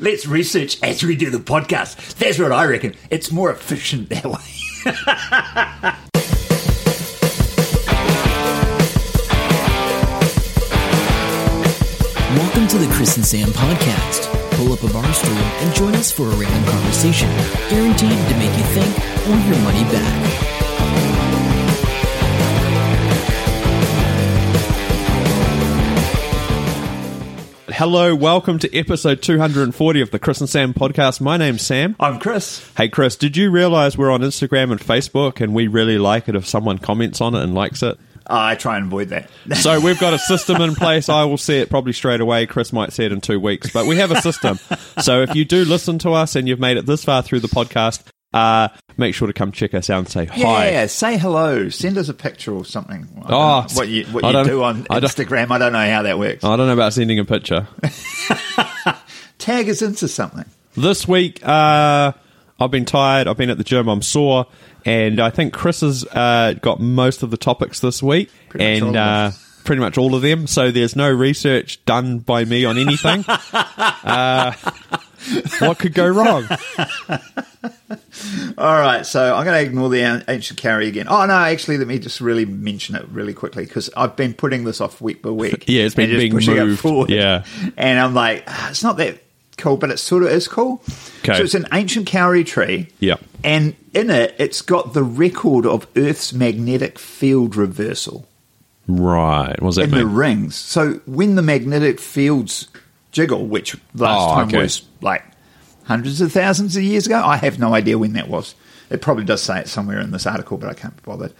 Let's research as we do the podcast. That's what I reckon. It's more efficient that way. Welcome to the Chris and Sam podcast. Pull up a bar stool and join us for a random conversation, guaranteed to make you think or your money back. Hello, welcome to episode 240 of the Chris and Sam podcast. My name's Sam. I'm Chris. Hey, Chris, did you realize we're on Instagram and Facebook and we really like it if someone comments on it and likes it? I try and avoid that. So we've got a system in place. I will see it probably straight away. Chris might see it in two weeks, but we have a system. So if you do listen to us and you've made it this far through the podcast, uh, make sure to come check us out and say hi. Yeah, say hello. Send us a picture or something. I don't Oh, know what you what I you don't- do on I don't- Ah. Instagram? I don't know how that works. I don't know about sending a picture. Tag us into something. This week, uh, I've been tired. I've been at the gym. I'm sore, and I think Chris has uh, got most of the topics this week, Pretty much and all of uh, pretty much all of them. So there's no research done by me on anything. uh, what could go wrong? All right, so I'm going to ignore the an- ancient carry again. Oh no, actually, let me just really mention it really quickly because I've been putting this off week by week. Yeah, it's been and just being pushing moved. It forward. Yeah. and I'm like, "Ah, it's not that cool, but it sort of is cool. 'Kay. So it's an ancient kauri tree. Yeah. and in it, it's got the record of Earth's magnetic field reversal Right? What does that in the mean? rings. So when the magnetic fields jiggle, which last Oh, time okay. was like hundreds of thousands of years ago, I have no idea when that was. It probably does say it somewhere in this article, but I can't be bothered.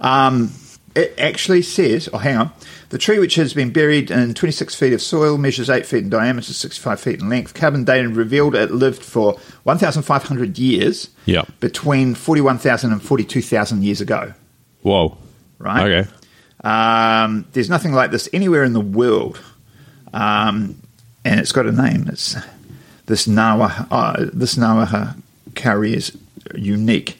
Um, it actually says, oh, hang on, the tree which has been buried in 26 feet of soil measures 8 feet in diameter, 65 feet in length. Carbon dating revealed it lived for 1,500 years Yeah. between 41,000 and 42,000 years ago, Whoa. right? Okay. Um, there's nothing like this anywhere in the world. Um, and it's got a name. It's this Nawa. Uh, this Nawaha curry is unique.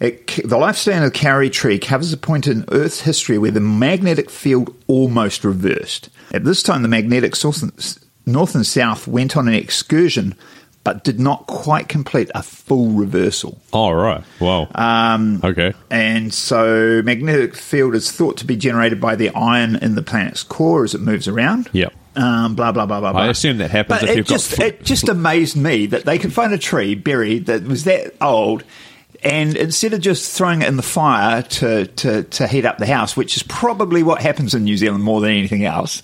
It, c- the lifespan of the curry tree covers a point in Earth's history where the magnetic field almost reversed. At this time, the magnetic source and s- north and south went on an excursion, but did not quite complete a full reversal. All Oh, right. Wow. Um, okay. And so magnetic field is thought to be generated by the iron in the planet's core as it moves around. Yep. Um, blah blah blah blah. blah. I assume that happens But if it you've got just fl- it just amazed me that they could find a tree buried that was that old, and instead of just throwing it in the fire to to, to heat up the house, which is probably what happens in New Zealand more than anything else,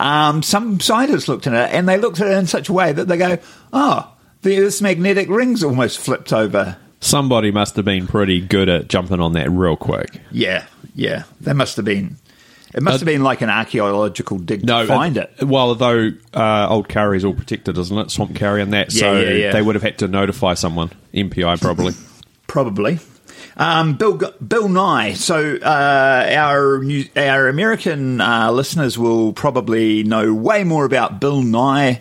um, some scientists looked at it and they looked at it in such a way that they go, oh, the Earth's magnetic rings almost flipped over. Somebody must have been pretty good at jumping on that real quick. Yeah, yeah. That must have been. It must Uh, have been like an archaeological dig to find it. Well, though, uh, old Curry is all protected, isn't it? Swamp Curry and that. Yeah, so yeah, yeah. they would have had to notify someone. MPI, probably. Probably. Um, Bill Bill Nye. So uh, our new, our American uh, listeners will probably know way more about Bill Nye,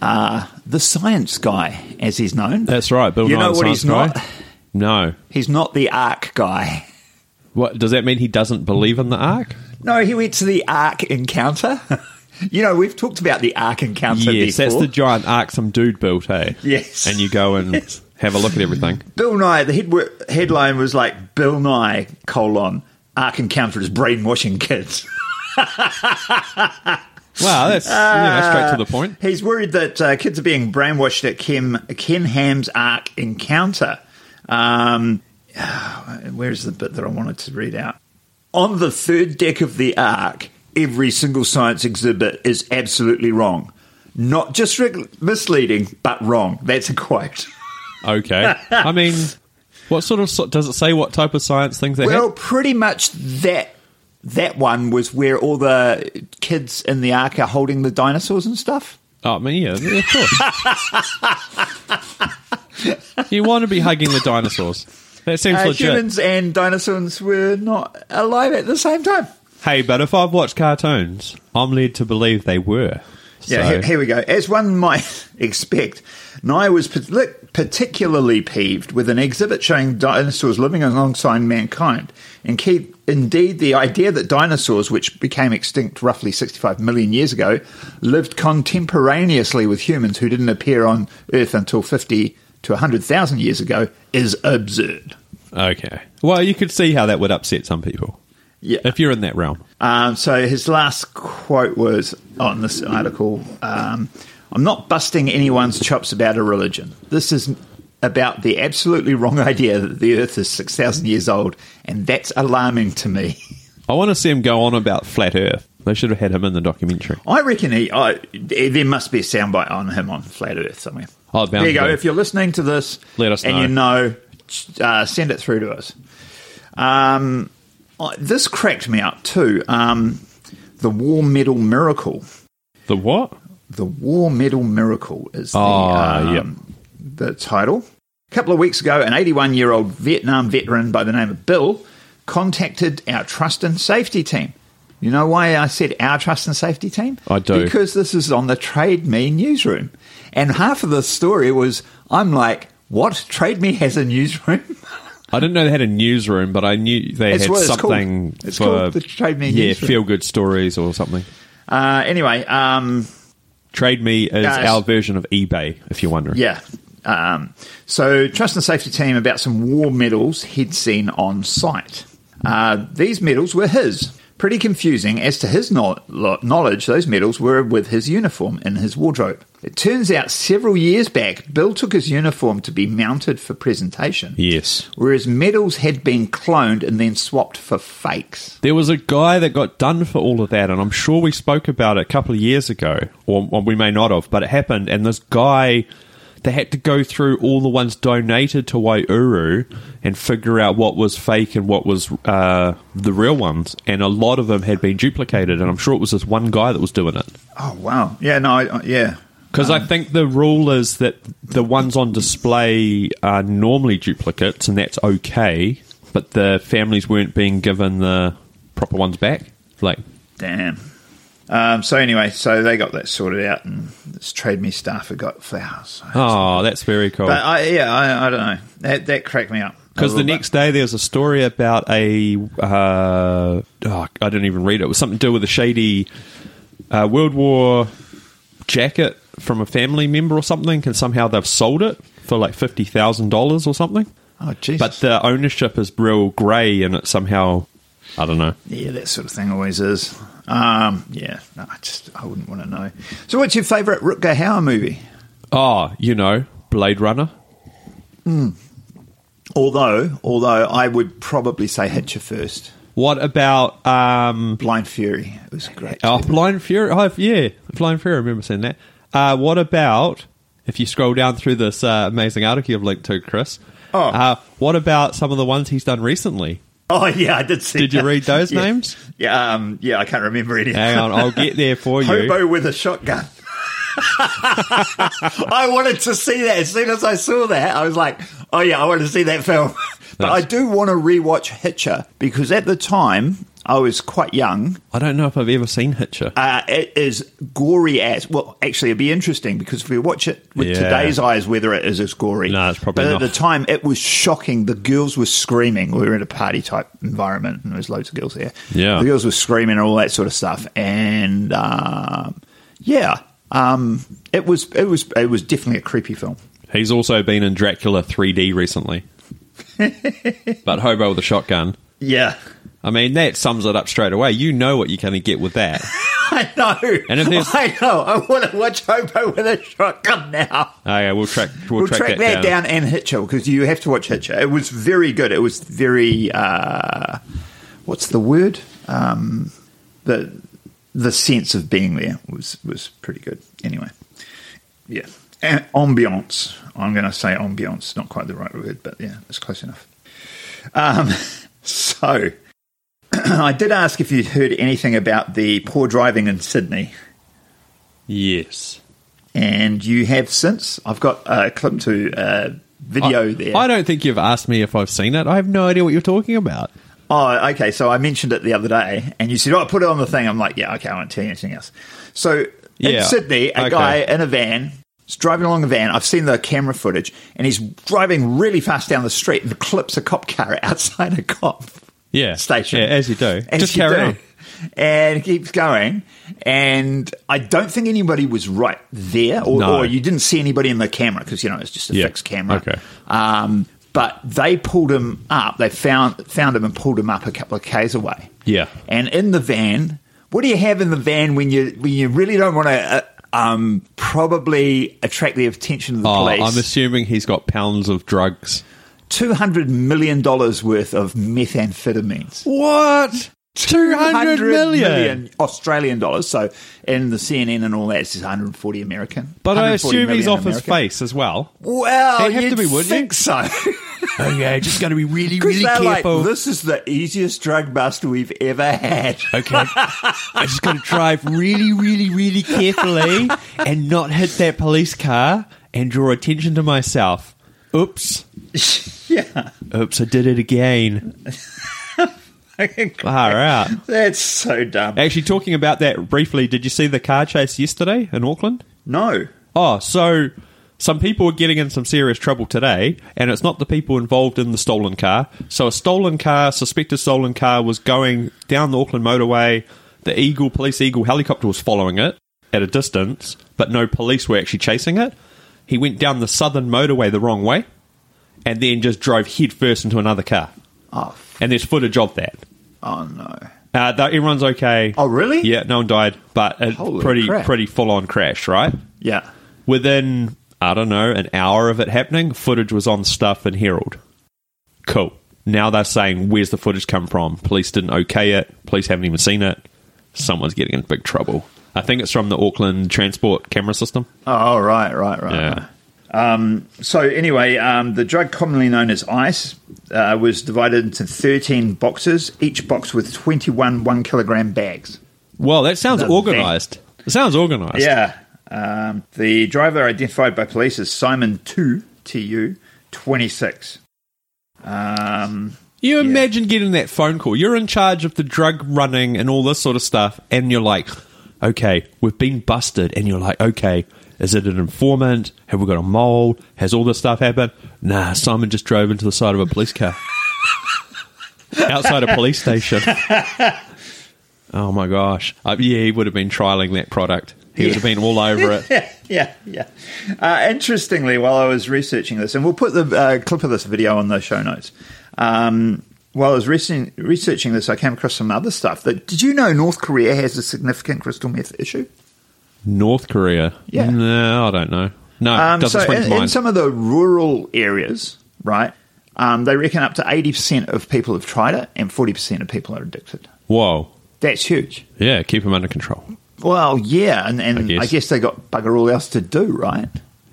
uh, the science guy, as he's known. That's right. Bill You Nye know the what he's not? Science Guy. No. He's not the Ark guy. What Does that mean he doesn't believe in the Ark? No, he went to the Ark Encounter. you know, we've talked about the Ark Encounter yes, before. that's the giant Ark some dude built, hey? Yes. And you go and Yes. have a look at everything. Bill Nye, the head, headline was like Bill Nye colon Ark Encounter is brainwashing kids. Wow, that's you know, straight to the point. He's worried that uh, kids are being brainwashed at Kim Ken Ham's Ark Encounter. Um, where's the bit that I wanted to read out? On the third deck of the Ark, every single science exhibit is absolutely wrong. Not just reg- misleading, but wrong. That's a quote. Okay. I mean, what sort of. so- Does it say what type of science things they Well, have? pretty much that that one was where all the kids in the ark are holding the dinosaurs and stuff. Oh, I mean, yeah, yeah, of course. you want to be hugging the dinosaurs. That seems Uh, legit. humans and dinosaurs were not alive at the same time. Hey, but if I've watched cartoons, I'm led to believe they were. Yeah, So- here, here we go. As one might expect, Nye was pat- lit- particularly peeved with an exhibit showing dinosaurs living alongside mankind. And key, indeed, the idea that dinosaurs, which became extinct roughly 65 million years ago, lived contemporaneously with humans who didn't appear on Earth until 50 to 100,000 years ago is absurd. Okay. Well, you could see how that would upset some people. Yeah. If you're in that realm. Um, so his last quote was on this article um, I'm not busting anyone's chops about a religion. This is about the absolutely wrong idea that the earth is 6,000 years old, and that's alarming to me. I want to see him go on about flat Earth. They should have had him in the documentary. I reckon he, I, there must be a soundbite on him on Flat Earth somewhere. Oh, bound there you to go. be. If you're listening to this Let us and you know, uh, send it through to us. Um, I- this cracked me up too. Um, the War Medal Miracle. The what? The War Medal Miracle is the, Ah, um, yep. the title. A couple of weeks ago, an 81 year old Vietnam veteran by the name of Bill contacted our trust and safety team. You know why I said our trust and safety team? I do. Because this is on the Trade Me newsroom. And half of the story was I'm like, what? Trade Me has a newsroom? I didn't know they had a newsroom, but I knew they It's had what it's something called. It's for called the Trade Me yeah, newsroom. feel good stories or something. uh, anyway, um, Trade Me is Yes. our version of eBay, if you're wondering. Yeah. Um, so, trust and safety team about some war medals he'd seen on site. Uh, these medals were his. Pretty confusing as to his no- lo- knowledge, those medals were with his uniform in his wardrobe. It turns out several years back, Bill took his uniform to be mounted for presentation. Yes. Whereas medals had been cloned and then swapped for fakes. There was a guy that got done for all of that, and I'm sure we spoke about it a couple of years ago, or, or we may not have, but it happened. And this guy, they had to go through all the ones donated to Waiuru and figure out what was fake and what was uh, the real ones. And a lot of them had been duplicated, and I'm sure it was this one guy that was doing it. Oh, wow. Yeah, no, I, I- yeah. Because I think the rule is that the ones on display are normally duplicates, and that's okay, but the families weren't being given the proper ones back. Like, Damn. Um, so, anyway, so they got that sorted out, and this Trade Me staffer got flowers. So Oh, that's very cool. But uh, I, yeah, I, I don't know. That, that cracked me up. Because A the little next day there's a story about a. Uh, oh, I didn't even read it. It was something to do with a shady uh, World War jacket from a family member or something, and somehow they've sold it for like $50,000 or something. bit. Oh, Jesus. But the ownership is real grey and it somehow. I don't know. yeah, that sort of thing always is. Um, yeah, no, I just I wouldn't want to know. So, what's your favourite Rutger Hauer movie? Oh, you know, Blade Runner. Although, although I would probably say Hitcher first. What about um, Blind Fury. It was great. Oh, Blind Fury. Oh, yeah. Blind Fury. I remember seeing that. Uh, what about, if you scroll down through this uh, amazing article you've linked to, Chris? Oh. Uh, what about some of the ones he's done recently? Oh, yeah, I did see. Did you that. read those Yeah. names? Yeah, um, yeah, I can't remember any. of Hang them. on, I'll get there for you. Hobo with a shotgun. I wanted to see that. As soon as I saw that, I was like, oh yeah, I want to see that film. but Nice. I do want to rewatch Hitcher because at the time I was quite young. I don't know if I've ever seen Hitcher. Uh, it is gory as well. Actually, it'd be interesting because if we watch it with Yeah. today's eyes, whether it is as gory. No, it's probably But not. at the time, it was shocking. The girls were screaming. We were in a party type environment, and there was loads of girls there. Yeah. the girls were screaming and all that sort of stuff. And um, yeah, um, it was it was it was definitely a creepy film. He's also been in Dracula 3D recently. but Hobo with a Shotgun. Yeah, I mean, that sums it up straight away. You know what you're going to get with that. I know. And if there's- I know. I want to watch Hobo with a shotgun now. Okay, we'll track, we'll We'll track, track that, down. and Hitcher because you have to watch Hitcher. It was very good. It was very uh, what's the word? Um, the the sense of being there was was pretty good. Anyway, yeah, and ambiance. I'm going to say ambiance, not quite the right word, but yeah, it's close enough. Um, so I did ask if you'd heard anything about the poor driving in Sydney Yes. and you have since. I've got a clip to uh, video I, there. I don't think you've asked me if I've seen it. I have no idea what you're talking about. oh, okay. So I mentioned it the other day, and you said, "Oh, put it on the thing." I'm like, "Yeah, okay, I won't tell you anything else." So in Yeah. Sydney, a Okay. guy in a van. is driving along a van. I've seen the camera footage, and he's driving really fast down the street and clips a cop car outside a cop Yeah. station. Yeah, as you do. As Just you carry do. on. And it keeps going. And I don't think anybody was right there, or, No. or you didn't see anybody in the camera because you know it's just a Yeah. fixed camera. Okay. Um, but they pulled him up. They found found him and pulled him up a couple of k's away. Yeah. And in the van, what do you have in the van when you when you really don't want to uh, um, probably attract the attention of the Oh, police? I'm assuming he's got pounds of drugs. Two hundred million dollars worth of methamphetamines. What? 200 million. Australian dollars. So in the CNN and all that, it's just 140 American. But I 140 assume he's million off his American. face as well. Well, They'd have to you'd be, wouldn't you? think so. Oh, yeah, just got to be really, Because they're like, this is the easiest drug bust we've ever had. Okay. I just got to drive really, really, really carefully and not hit that police car and draw attention to myself. Oops. yeah. Oops, I did it again. Far out. That's so dumb. Actually, talking about that briefly, did you see the car chase yesterday in Auckland? No. Oh, so some people are getting in some serious trouble today, and it's not the people involved in the stolen car. So a stolen car, suspected stolen car, was going down the Auckland motorway. The Eagle, police Eagle helicopter was following it at a distance, but no police were actually chasing it. He went down the southern motorway the wrong way, and then just drove headfirst into another car. Oh, f- And there's footage of that. oh no. Uh, though everyone's okay. Oh, really? Yeah, no one died, but a Holy pretty crap. pretty full on crash, right? Yeah. Within I don't know an hour of it happening, footage was on Stuff and Herald. Cool. Now they're saying, "Where's the footage come from? Police didn't okay it. Police haven't even seen it. Someone's getting in big trouble." I think it's from the Auckland transport camera system. Oh, right, right, right. Yeah. right. So anyway, um, the drug commonly known as ice uh, was divided into 13 boxes, each box with 21 one kilogram bags. Well, that sounds The organised. It sounds organised. Yeah. Um, the driver identified by police as Simon 2, TU, 26. Um, You imagine getting that phone call. You're in charge of the drug running and all this sort of stuff, and you're like, okay, we've been busted. And you're like, okay, is it an informant? Have we got a mole? Has all this stuff happened? Nah, Simon just drove into the side of a police car outside a police station. Oh my gosh. Uh, yeah, he would have been trialing that product, he would have been all over it. yeah, yeah. Uh, interestingly, while I was researching this, and we'll put the uh, clip of this video on the show notes. Um, while I was rese- researching this, I came across some other stuff. That did you know North Korea has a significant crystal meth issue? North Korea. Yeah. No, I don't know. No, Um, Uh, doesn't so swing to in, in mind. some of the rural areas, right, um, they reckon up to 80% of people have tried it and 40% of people are addicted. Whoa. That's huge. Yeah, keep him under control. Well, yeah, and, and I, guess. guess. they got bugger all else to do, right?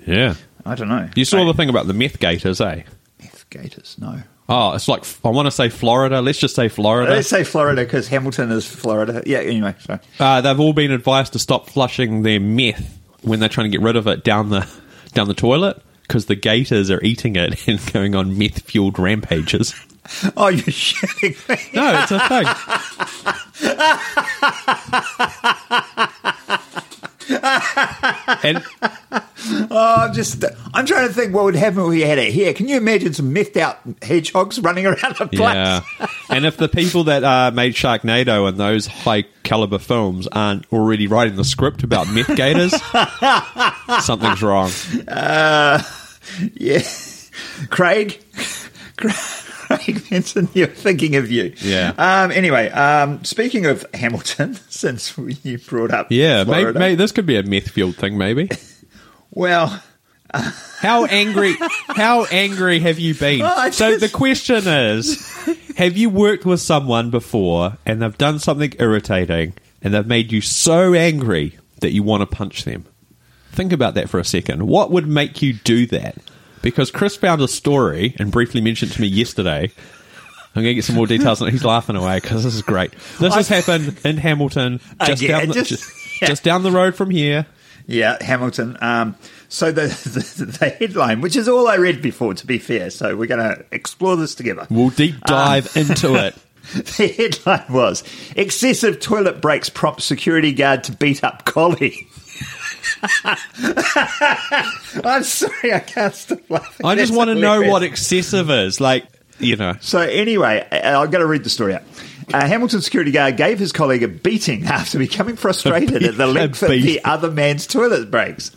Yeah. I don't know. You saw They- the thing about the meth gators, eh? meth gators, no. Oh, it's like I want to say Florida. Let's just say Florida. Let's say Florida because Hamilton is Florida. Yeah, anyway, so Uh, they've all been advised to stop flushing their meth when they're trying to get rid of it down the down the toilet because the gators are eating it and going on meth fueled rampages. Oh, you're shitting me. No, it's a thing. and Oh, I'm just, I'm trying to think what would happen if we had it here. Can you imagine some methed out hedgehogs running around the place? yeah, and if the people that uh, made Sharknado and those high caliber films aren't already writing the script about meth gators, something's wrong. Uh, yeah. Craig. Craig Benson, you're thinking of you. Yeah. Um, anyway, um, speaking of Hamilton, since we- you brought up Yeah, maybe, Florida, may this could be a meth fueled thing. Maybe. well, How angry? How angry have you been? Oh, I so just- the question is, have you worked with someone before and they've done something irritating and they've made you so angry that you want to punch them? Think about that for a second. What would make you do that? Because Chris found a story and briefly mentioned to me yesterday. I'm going to get some more details. on it. He's laughing away because this is great. This has happened in Hamilton, just, Again, down the, just- just, Uh, yeah. just down the road from here. yeah, Hamilton. Um, so the, the the headline, which is all I read before, to be fair. So we're going to explore this together. We'll deep Um, dive into it. The headline was Excessive toilet breaks prompt security guard to beat up collie. I'm sorry, I can't stop laughing. I just That's want to know hilarious. what excessive is. Like, you know. So anyway, i am going to read the story out. A Hamilton security guard gave his colleague a beating after becoming frustrated at the beat- length a of the beating. other man's toilet breaks.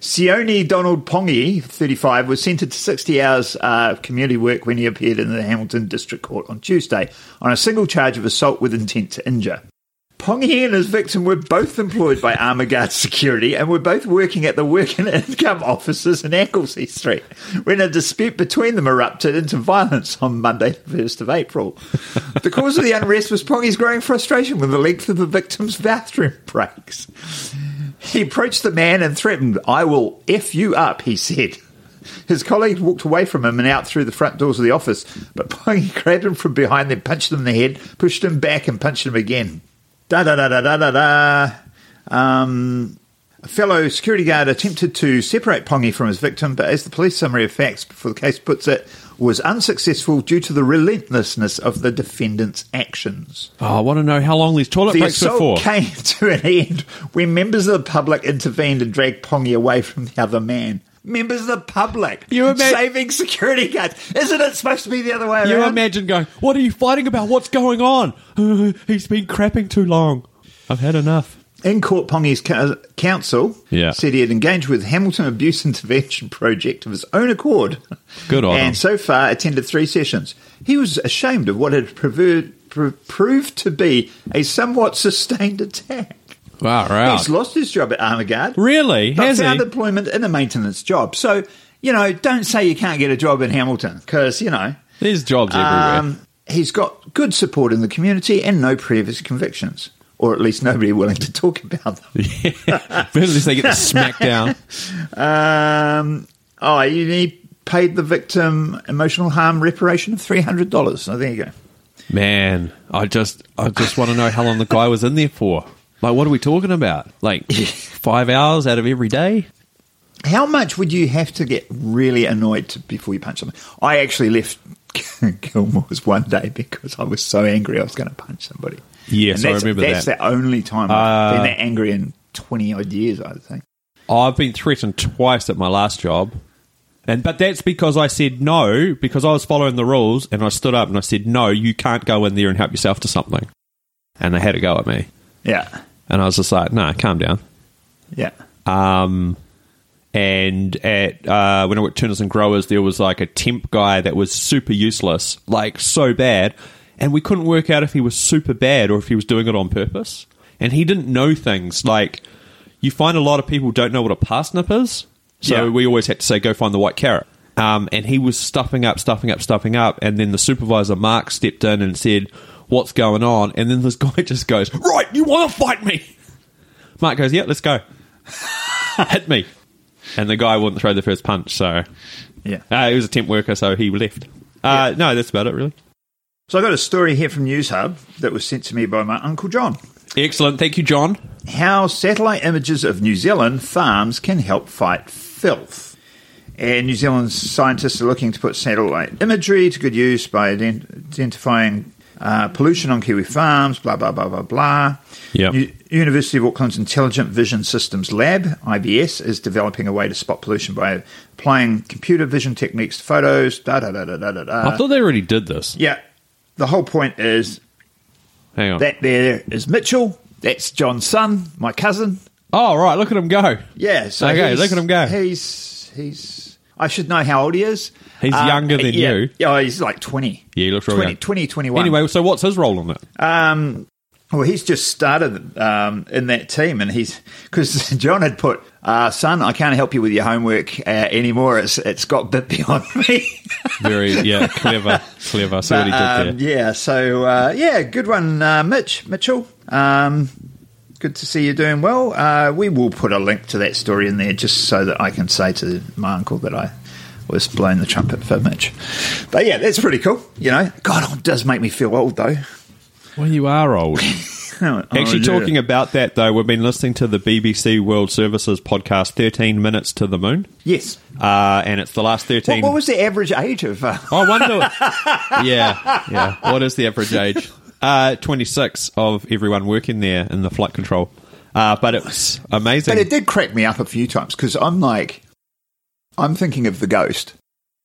Sione Donald Pongi, 35, was sentenced to 60 hours uh, of community work when he appeared in the Hamilton District Court on Tuesday on a single charge of assault with intent to injure. Pongi and his victim were both employed by Armour Guard Security and were both working at the Work and Income offices in Anglesey Street when a dispute between them erupted into violence on Monday, the 1st of April. The cause of the unrest was Pongi's growing frustration with the length of the victim's bathroom breaks. He approached the man and threatened, I will F you up, he said. His colleague walked away from him and out through the front doors of the office, but Pongi grabbed him from behind, then punched him in the head, pushed him back, and punched him again. Da da da da da da da. Um, a fellow security guard attempted to separate Pongi from his victim, but as the police summary of facts before the case puts it, was unsuccessful due to the relentlessness of the defendant's actions. Oh, I want to know how long these toilet The breaks were for. assault came to an end when members of the public intervened and dragged Pongi away from the other man. Members of the public You ima- saving security guards. Isn't it supposed to be the other way you around? imagine going, what are you fighting about? What's going on? He's been crapping too long. I've had enough. In court, Pongi's co- counsel Yeah. said he had engaged with Hamilton Abuse Intervention Project of his own accord. Good on And him. so far, attended three sessions. He was ashamed of what had prever- pro- proved to be a somewhat sustained attack. Wow, right. He's lost his job at Armour Guard. Ah. Really? But Has he? found employment in a maintenance job. So, you know, don't say you can't get a job in Hamilton because, you know, There's jobs everywhere. um, he's got good support in the community and no previous convictions, or at least nobody willing to talk about them. But at least they get the smackdown. Um, oh, you need paid the victim emotional harm reparation of $300. So there you go. Man, I just, I just want to know how long the guy was in there for. Like, what are we talking about? Like, five hours out of every day? How much would you have to get really annoyed to, before you punch somebody? I actually left Gilmore's one day because I was so angry I was going to punch somebody. Yes, And I that's, remember that's that. the only time Uh, I've been that angry in twenty odd years. I think. I've been threatened twice at my last job. And but that's because I said no, because I was following the rules and I stood up and I said, No, you can't go in there and help yourself to something. And they had a go at me. Yeah, And I was just like, nah, calm down. yeah. Um, and at uh, when I worked at Turners and Growers, there was like a temp guy that was super useless, like so bad, and we couldn't work out if he was super bad or if he was doing it on purpose. And he didn't know things like you find a lot of people don't know what a parsnip is, so Yeah. we always had to say go find the white carrot. Um, and he was stuffing up, stuffing up, stuffing up, and then the supervisor Mark stepped in and said, "What's going on?" And then this guy just goes, "Right, you want to fight me?" Mark goes, "Yeah, let's go." hit me. And the guy wouldn't throw the first punch, so Yeah. uh, he was a temp worker, so he left. Uh, No, that's about it, really. So I got a story here from News Hub that was sent to me by my uncle John. Excellent, thank you, John. how satellite images of New Zealand farms can help fight filth. And New Zealand scientists are looking to put satellite imagery to good use by ident- identifying uh, pollution on Kiwi farms, blah, blah, blah, blah, blah. Yep. U- University of Auckland's Intelligent Vision Systems Lab, IBS, is developing a way to spot pollution by applying computer vision techniques to photos, da, da, da, da, da, da, da. I thought they already did this. yeah. The whole point is Hang on. that there is Mitchell. That's John's son, my cousin. oh, right, look at him go. Yeah. So Okay, he's- look at him go. He's he's. I should know how old he is. Uh, He's younger than yeah, you. Yeah, he's like twenty. Yeah, he looks really 20, young. 20, 21. Anyway, so what's his role in it? um, well, he's just started um, in that team, and he's because John had put, uh, "Son, I can't help you with your homework uh, anymore. It's it's got a bit beyond me." Very, yeah, clever, clever. See what he did But, there. um, yeah. So uh, yeah, good one, uh, Mitch Mitchell. Um, good to see you doing well. Uh, we will put a link to that story in there just so that I can say to my uncle that I was blowing the trumpet for Mitch. But yeah, that's pretty cool. You know, God, it does make me feel old though. Well, you are old. Oh, Actually, yeah. talking about that, though, we've been listening to the BBC World Services podcast, 13 Minutes to the Moon, yes. uh, and it's the last 13. What, what was the average age of? Uh, I wonder. Oh, yeah, yeah. What is the average age? Uh, 26 of everyone working there in the flight control. Uh, but it was amazing. But it did crack me up a few times because I'm like, I'm thinking of the ghost.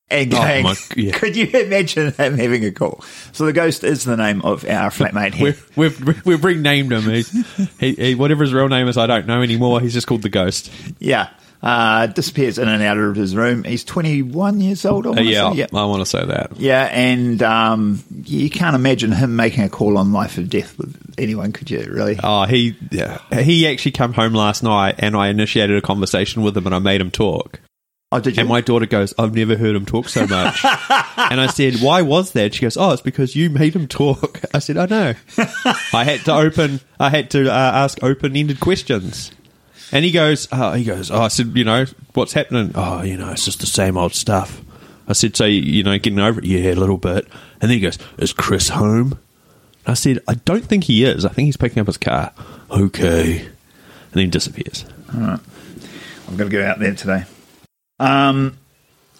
And Oh going, my- yeah. could you imagine him having a call? So the ghost is the name of our flatmate here. We've, we've, we've renamed him. He's, he, he, whatever his real name is, I don't know anymore. He's just called the Ghost. yeah. Uh, disappears in and out of his room. He's 21 years old. I Uh, wanna yeah, say. Yep. I want to say that. Yeah, and um, you can't imagine him making a call on life or death with anyone, could you? Really? Oh, he yeah. he actually came home last night, and I initiated a conversation with him, and I made him talk. Oh, did you? And my daughter goes, "I've never heard him talk so much." and I said, "Why was that?" She goes, "Oh, it's because you made him talk." I said, "I know." I had to open. I had to uh, ask open-ended questions. And he goes, uh, he goes. Oh, I said, you know, what's happening? Oh, you know, it's just the same old stuff. I said, so you, you know, getting over it, yeah, a little bit. And then he goes, is Chris home? And I said, I don't think he is. I think he's picking up his car. Okay. And then he disappears. I'm going to go out there today. Um,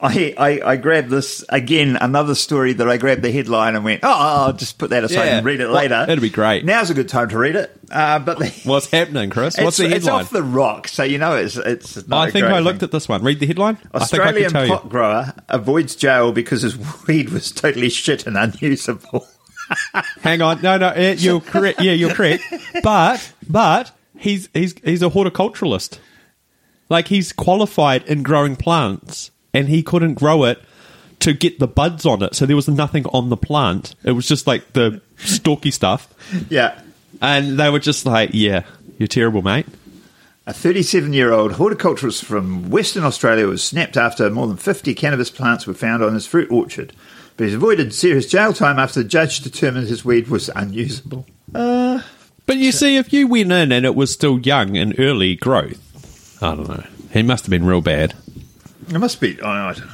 I, I I grabbed this again, another story that I grabbed the headline and went, oh, I'll just put that aside Yeah. and read it Well, later. that'd be great. Now's a good time to read it. Uh, but the, What's happening, Chris? it's, What's the it's headline? off the rock, so you know it's it's. Not I think I looked at this one. Read the headline. I Oh, Australian think I can tell pot grower avoids jail because his weed was totally shit and unusable. you. Hang on. No, no. eh, You're correct. Yeah, you're correct. But but he's he's he's a horticulturalist. Like he's qualified in growing plants, and he couldn't grow it to get the buds on it. So there was nothing on the plant. It was just like the stalky stuff, yeah. and they were just like, "Yeah, you're terrible, mate." A 37 year old horticulturist from Western Australia was snapped after more than 50 cannabis plants were found on his fruit orchard, but he's avoided serious jail time after the judge determined his weed was unusable. But you see, if you went in and it was still young and early growth, I don't know. He must have been real bad. It must be. I don't know.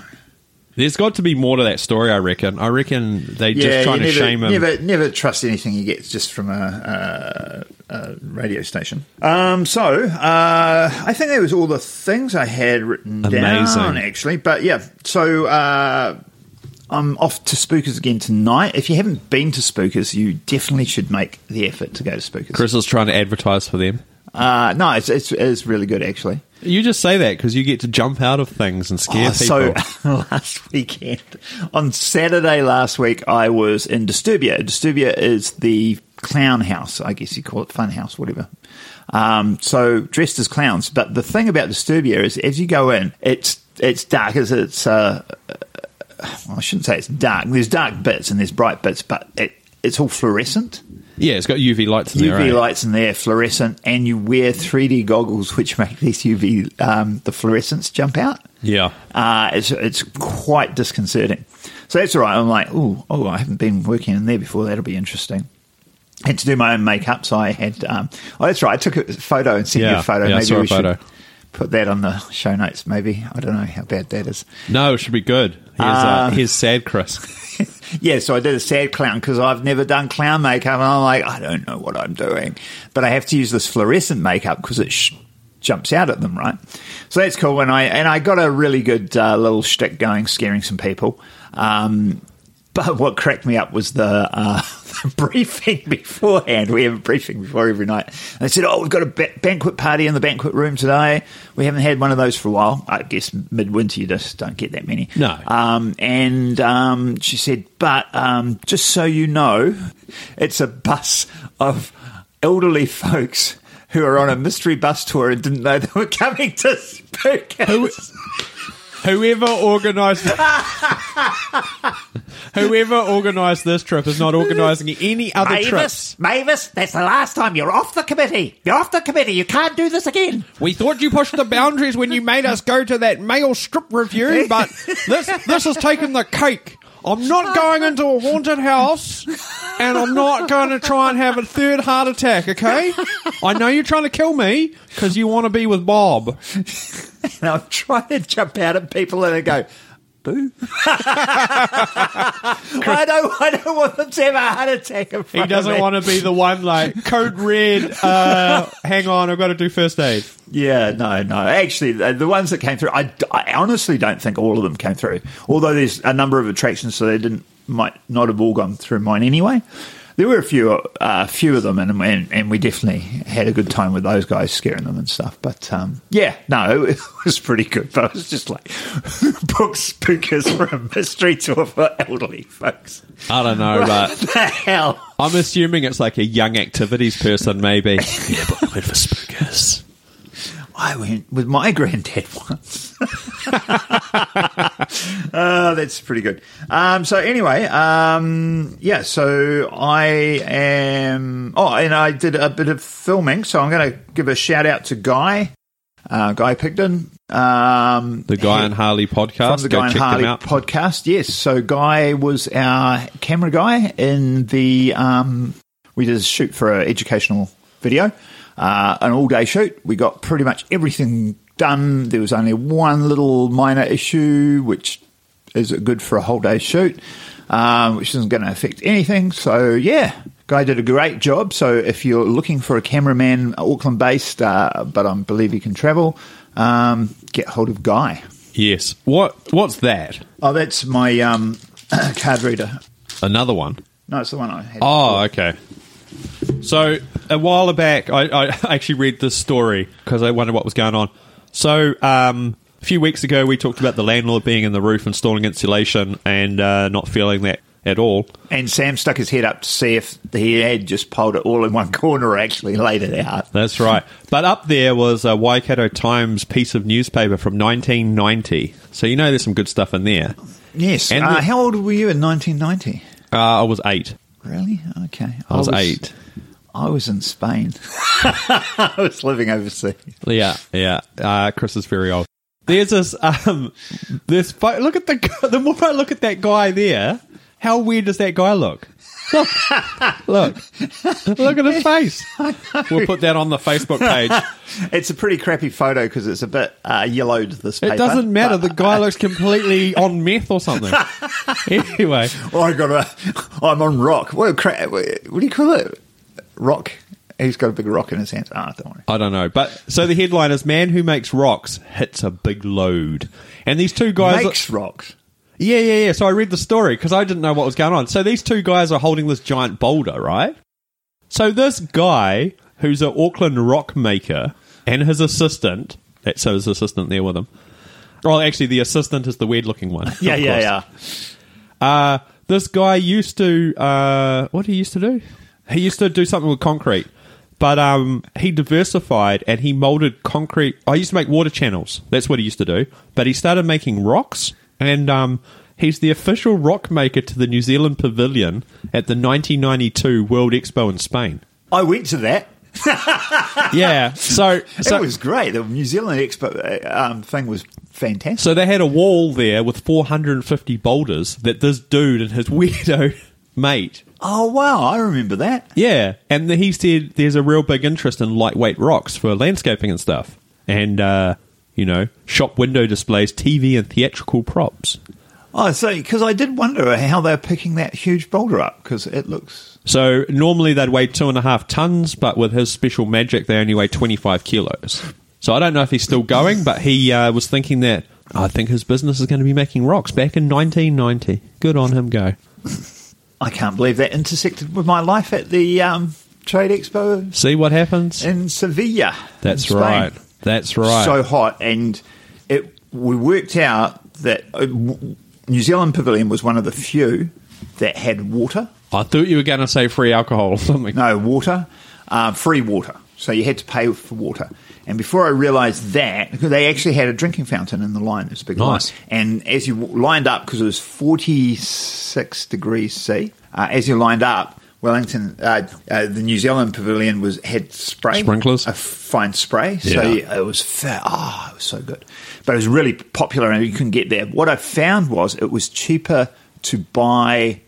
There's got to be more to that story, I reckon. I reckon they just Yeah, trying you to never, shame him. Never, never trust anything you get just from a, a, a radio station. Um, so uh, I think that was all the things I had written down, Amazing. actually. But yeah, so uh, I'm off to Spookers again tonight. If you haven't been to Spookers, you definitely should make the effort to go to Spookers. Chris is trying to advertise for them. Uh, no, it's, it's it's really good actually. You just say that because you get to jump out of things and scare Oh, people. so last weekend, on Saturday last week, I was in Disturbia. Disturbia is the clown house, I guess you call it fun house, whatever. Um, so dressed as clowns, but the thing about Disturbia is, as you go in, it's it's dark. As it's uh, well, I shouldn't say it's dark. There's dark bits and there's bright bits, but it, it's all fluorescent. yeah, it's got UV lights in there. UV eh? lights in there, fluorescent, and you wear 3D goggles, which make these UV um, the fluorescence jump out. Yeah. Uh, it's it's quite disconcerting. So that's all right. I'm like, oh, oh, I haven't been working in there before. That'll be interesting. And to do my own makeup, so I had. Um, oh, that's right. I took a photo and sent you Yeah, a photo. yeah, I maybe saw a we photo. should put that on the show notes. Maybe I don't know how bad that is. No, it should be good. Here's, uh, Uh, here's sad Chris. yeah, so I did a sad clown because I've never done clown makeup, and I'm like, I don't know what I'm doing, but I have to use this fluorescent makeup because it sh- jumps out at them, right? So that's cool. And I and I got a really good uh, little shtick going, scaring some people. Um, but what cracked me up was the, uh, the briefing beforehand. We have a briefing before every night. And they said, "Oh, we've got a ba- banquet party in the banquet room today. We haven't had one of those for a while. I guess midwinter you just don't get that many." No. Um, and um, she said, but um, just so you know, it's a bus of elderly folks who are on a mystery bus tour and didn't know they were coming to Spookers. Whoever organised Whoever organised this trip is not organising any other trips. Mavis, that's the last time you're off the committee. You're off the committee. You can't do this again. We thought you pushed the boundaries when you made us go to that male strip review, but this this has taken the cake. I'm not going into a haunted house, and I'm not going to try and have a third heart attack. Okay? I know you're trying to kill me because you want to be with Bob. And I'm trying to jump out at people and they go, boo. I don't, I don't want them to have a heart attack. In He front doesn't want to be the one like code red. Uh, hang on, I've got to do first aid. Yeah, no, no. Actually, the, the ones that came through, I, I honestly don't think all of them came through. Although there's a number of attractions, so they didn't might not have all gone through mine anyway. There were a few, uh, few of them, and, and and we definitely had a good time with those guys scaring them and stuff. But um, yeah, no, it was pretty good. But it was just like book spookers from mystery tour for elderly folks. I don't know, What but the hell? I'm assuming it's like a young activities person, maybe. Yeah, but I went for spookers. I went with my granddad once. uh, that's pretty good. Um, so anyway, um, yeah. So I am. Oh, and I did a bit of filming. So I'm going to give a shout out to Guy, uh, Guy Pigden, um, The Guy and Harley podcast. from the Go Guy and check them Harley out. podcast. Yes, so Guy was our camera guy in the um, we did a shoot for an educational video, uh, an all day shoot. We got pretty much everything done. There was only one little minor issue, which is good for a whole day shoot, um, which isn't going to affect anything. So yeah. Guy did a great job. So if you're looking for a cameraman, Auckland based, uh, but I believe he can travel, um, get hold of Guy. Yes. What? What's that? Oh, that's my um, card reader. Another one. No, it's the one I had. Oh, okay. So a while back, I, I actually read this story because I wondered what was going on. So um, a few weeks ago, we talked about the landlord being in the roof installing insulation and uh, not feeling that at all. And Sam stuck his head up to see if he had just pulled it all in one corner or actually laid it out. That's right. But up there was a Waikato Times piece of newspaper from 1990. So you know there's some good stuff in there. Yes. And uh, the- how old were you in 1990? Uh, I was eight. Really? Okay. I was eight. I was in Spain. I was living overseas. Yeah, yeah. Uh, Chris is very old. There's this um, this pho- look at the gu- the more I look at that guy there, how weird does that guy look? Look, look, look at his face. We'll put that on the Facebook page. It's a pretty crappy photo because it's a bit uh, yellowed. This paper. It doesn't matter. The guy looks completely on meth or something. Anyway, Oh, I got a. I'm on rock. What a cra- What do you call it? Rock. He's got a big rock in his hands. Ah, don't worry. I don't know. But so the headline is: Man who makes rocks hits a big load. And these two guys Makes rocks. Yeah, yeah, yeah. So I read the story because I didn't know what was going on. So these two guys are holding this giant boulder, right? So this guy, who's an Auckland rock maker, and his assistant, that- so his assistant there with him. Well, actually, the assistant is the weird looking one. Yeah, of yeah, course. yeah. Uh, this guy used to, uh, what he used to do? He used to do something with concrete, but um, he diversified and he molded concrete. I used to make water channels. That's what he used to do. But he started making rocks, and um, he's the official rock maker to the New Zealand Pavilion at the 1992 World Expo in Spain. I went to that. Yeah, so so it was great. The New Zealand expo uh, um, thing was fantastic. So they had a wall there with 450 boulders that this dude and his weirdo mate Oh wow, I remember that. Yeah, and the- he said there's a real big interest in lightweight rocks for landscaping and stuff, and uh, you know, shop window displays, TV and theatrical props. Oh, so because I did wonder how they're picking that huge boulder up because it looks. So normally they'd weigh two and a half tons, but with his special magic, they only weigh 25 kilos. So I don't know if he's still going, but he uh, was thinking that "Oh, I think his business is going to be making rocks back in 1990. Good on him, go. I can't believe that intersected with my life at the um, trade expo See what happens. in Sevilla. in That's Spain. right. That's right. So hot, and it. We worked out that uh, w- New Zealand Pavilion was one of the few that had water. I thought you were going to say free alcohol or something. No, water, uh, free water. So you had to pay for water. And before I realised that, because they actually had a drinking fountain in the line, it was a big Nice. line. And as you w- lined up, because it was 46 degrees C, uh, as you lined up, Wellington, uh, uh, the New Zealand pavilion was had spray Sprinklers? a fine spray. So Yeah. it was fa- oh, it was so good, but it was really popular and you couldn't get there. What I found was it was cheaper to buy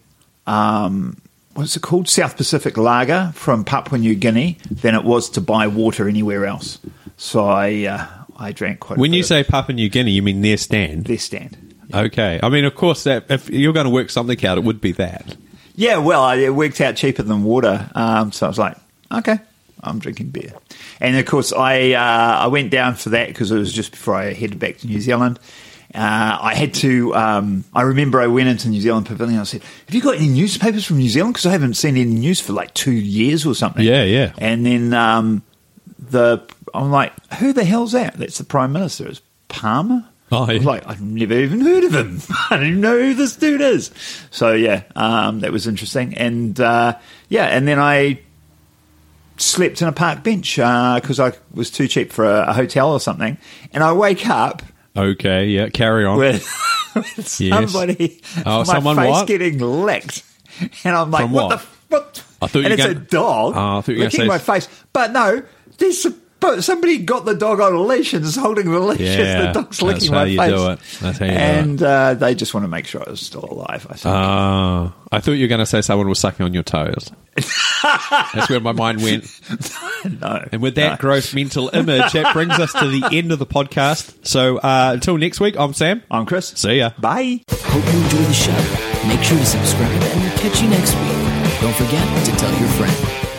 um, what's it called South Pacific Lager from Papua New Guinea than it was to buy water anywhere else. So I uh, I drank quite. a When bit you of say Papua New Guinea, you mean their stand. their stand. Okay. I mean, of course, that if you're going to work something out, it would be that. Yeah, well, I- it worked out cheaper than water, um, so I was like, okay, I'm drinking beer. And of course, I uh, I went down for that because it was just before I headed back to New Zealand. Uh, I had to. Um, I remember I went into New Zealand Pavilion. I said, "Have you got any newspapers from New Zealand? Because I haven't seen any news for like two years or something." Yeah, yeah. And then um, the I'm like, "Who the hell's that?" That's the Prime Minister. It's Palmer. Oh, yeah. I was like I've never even heard of him. I don't even know who this dude is. So yeah, um, that was interesting. And uh, yeah, and then I slept on a park bench because I was too cheap for a, a hotel or something. And I wake up Okay, yeah, carry on. with, with somebody, Oh, my someone face what? getting licked, and I'm like, From what? what? the? What? I thought you and were it's gonna- a dog Oh, I thought you were gonna licking say- my face, but no, there's. a- But somebody got the dog on a leash and is holding the leash Yeah, as the dog's that's licking how my you face. do it. That's how you do it. and Uh, they just want to make sure I was still alive. I think. Ah, I thought you were going to say someone was sucking on your toes. That's where my mind went. no. And with that gross mental image, that brings us to the end of the podcast. So uh, until next week, I'm Sam. I'm Chris. See ya. Bye. Hope you enjoy the show. Make sure to subscribe and we'll catch you next week. Don't forget to tell your friend.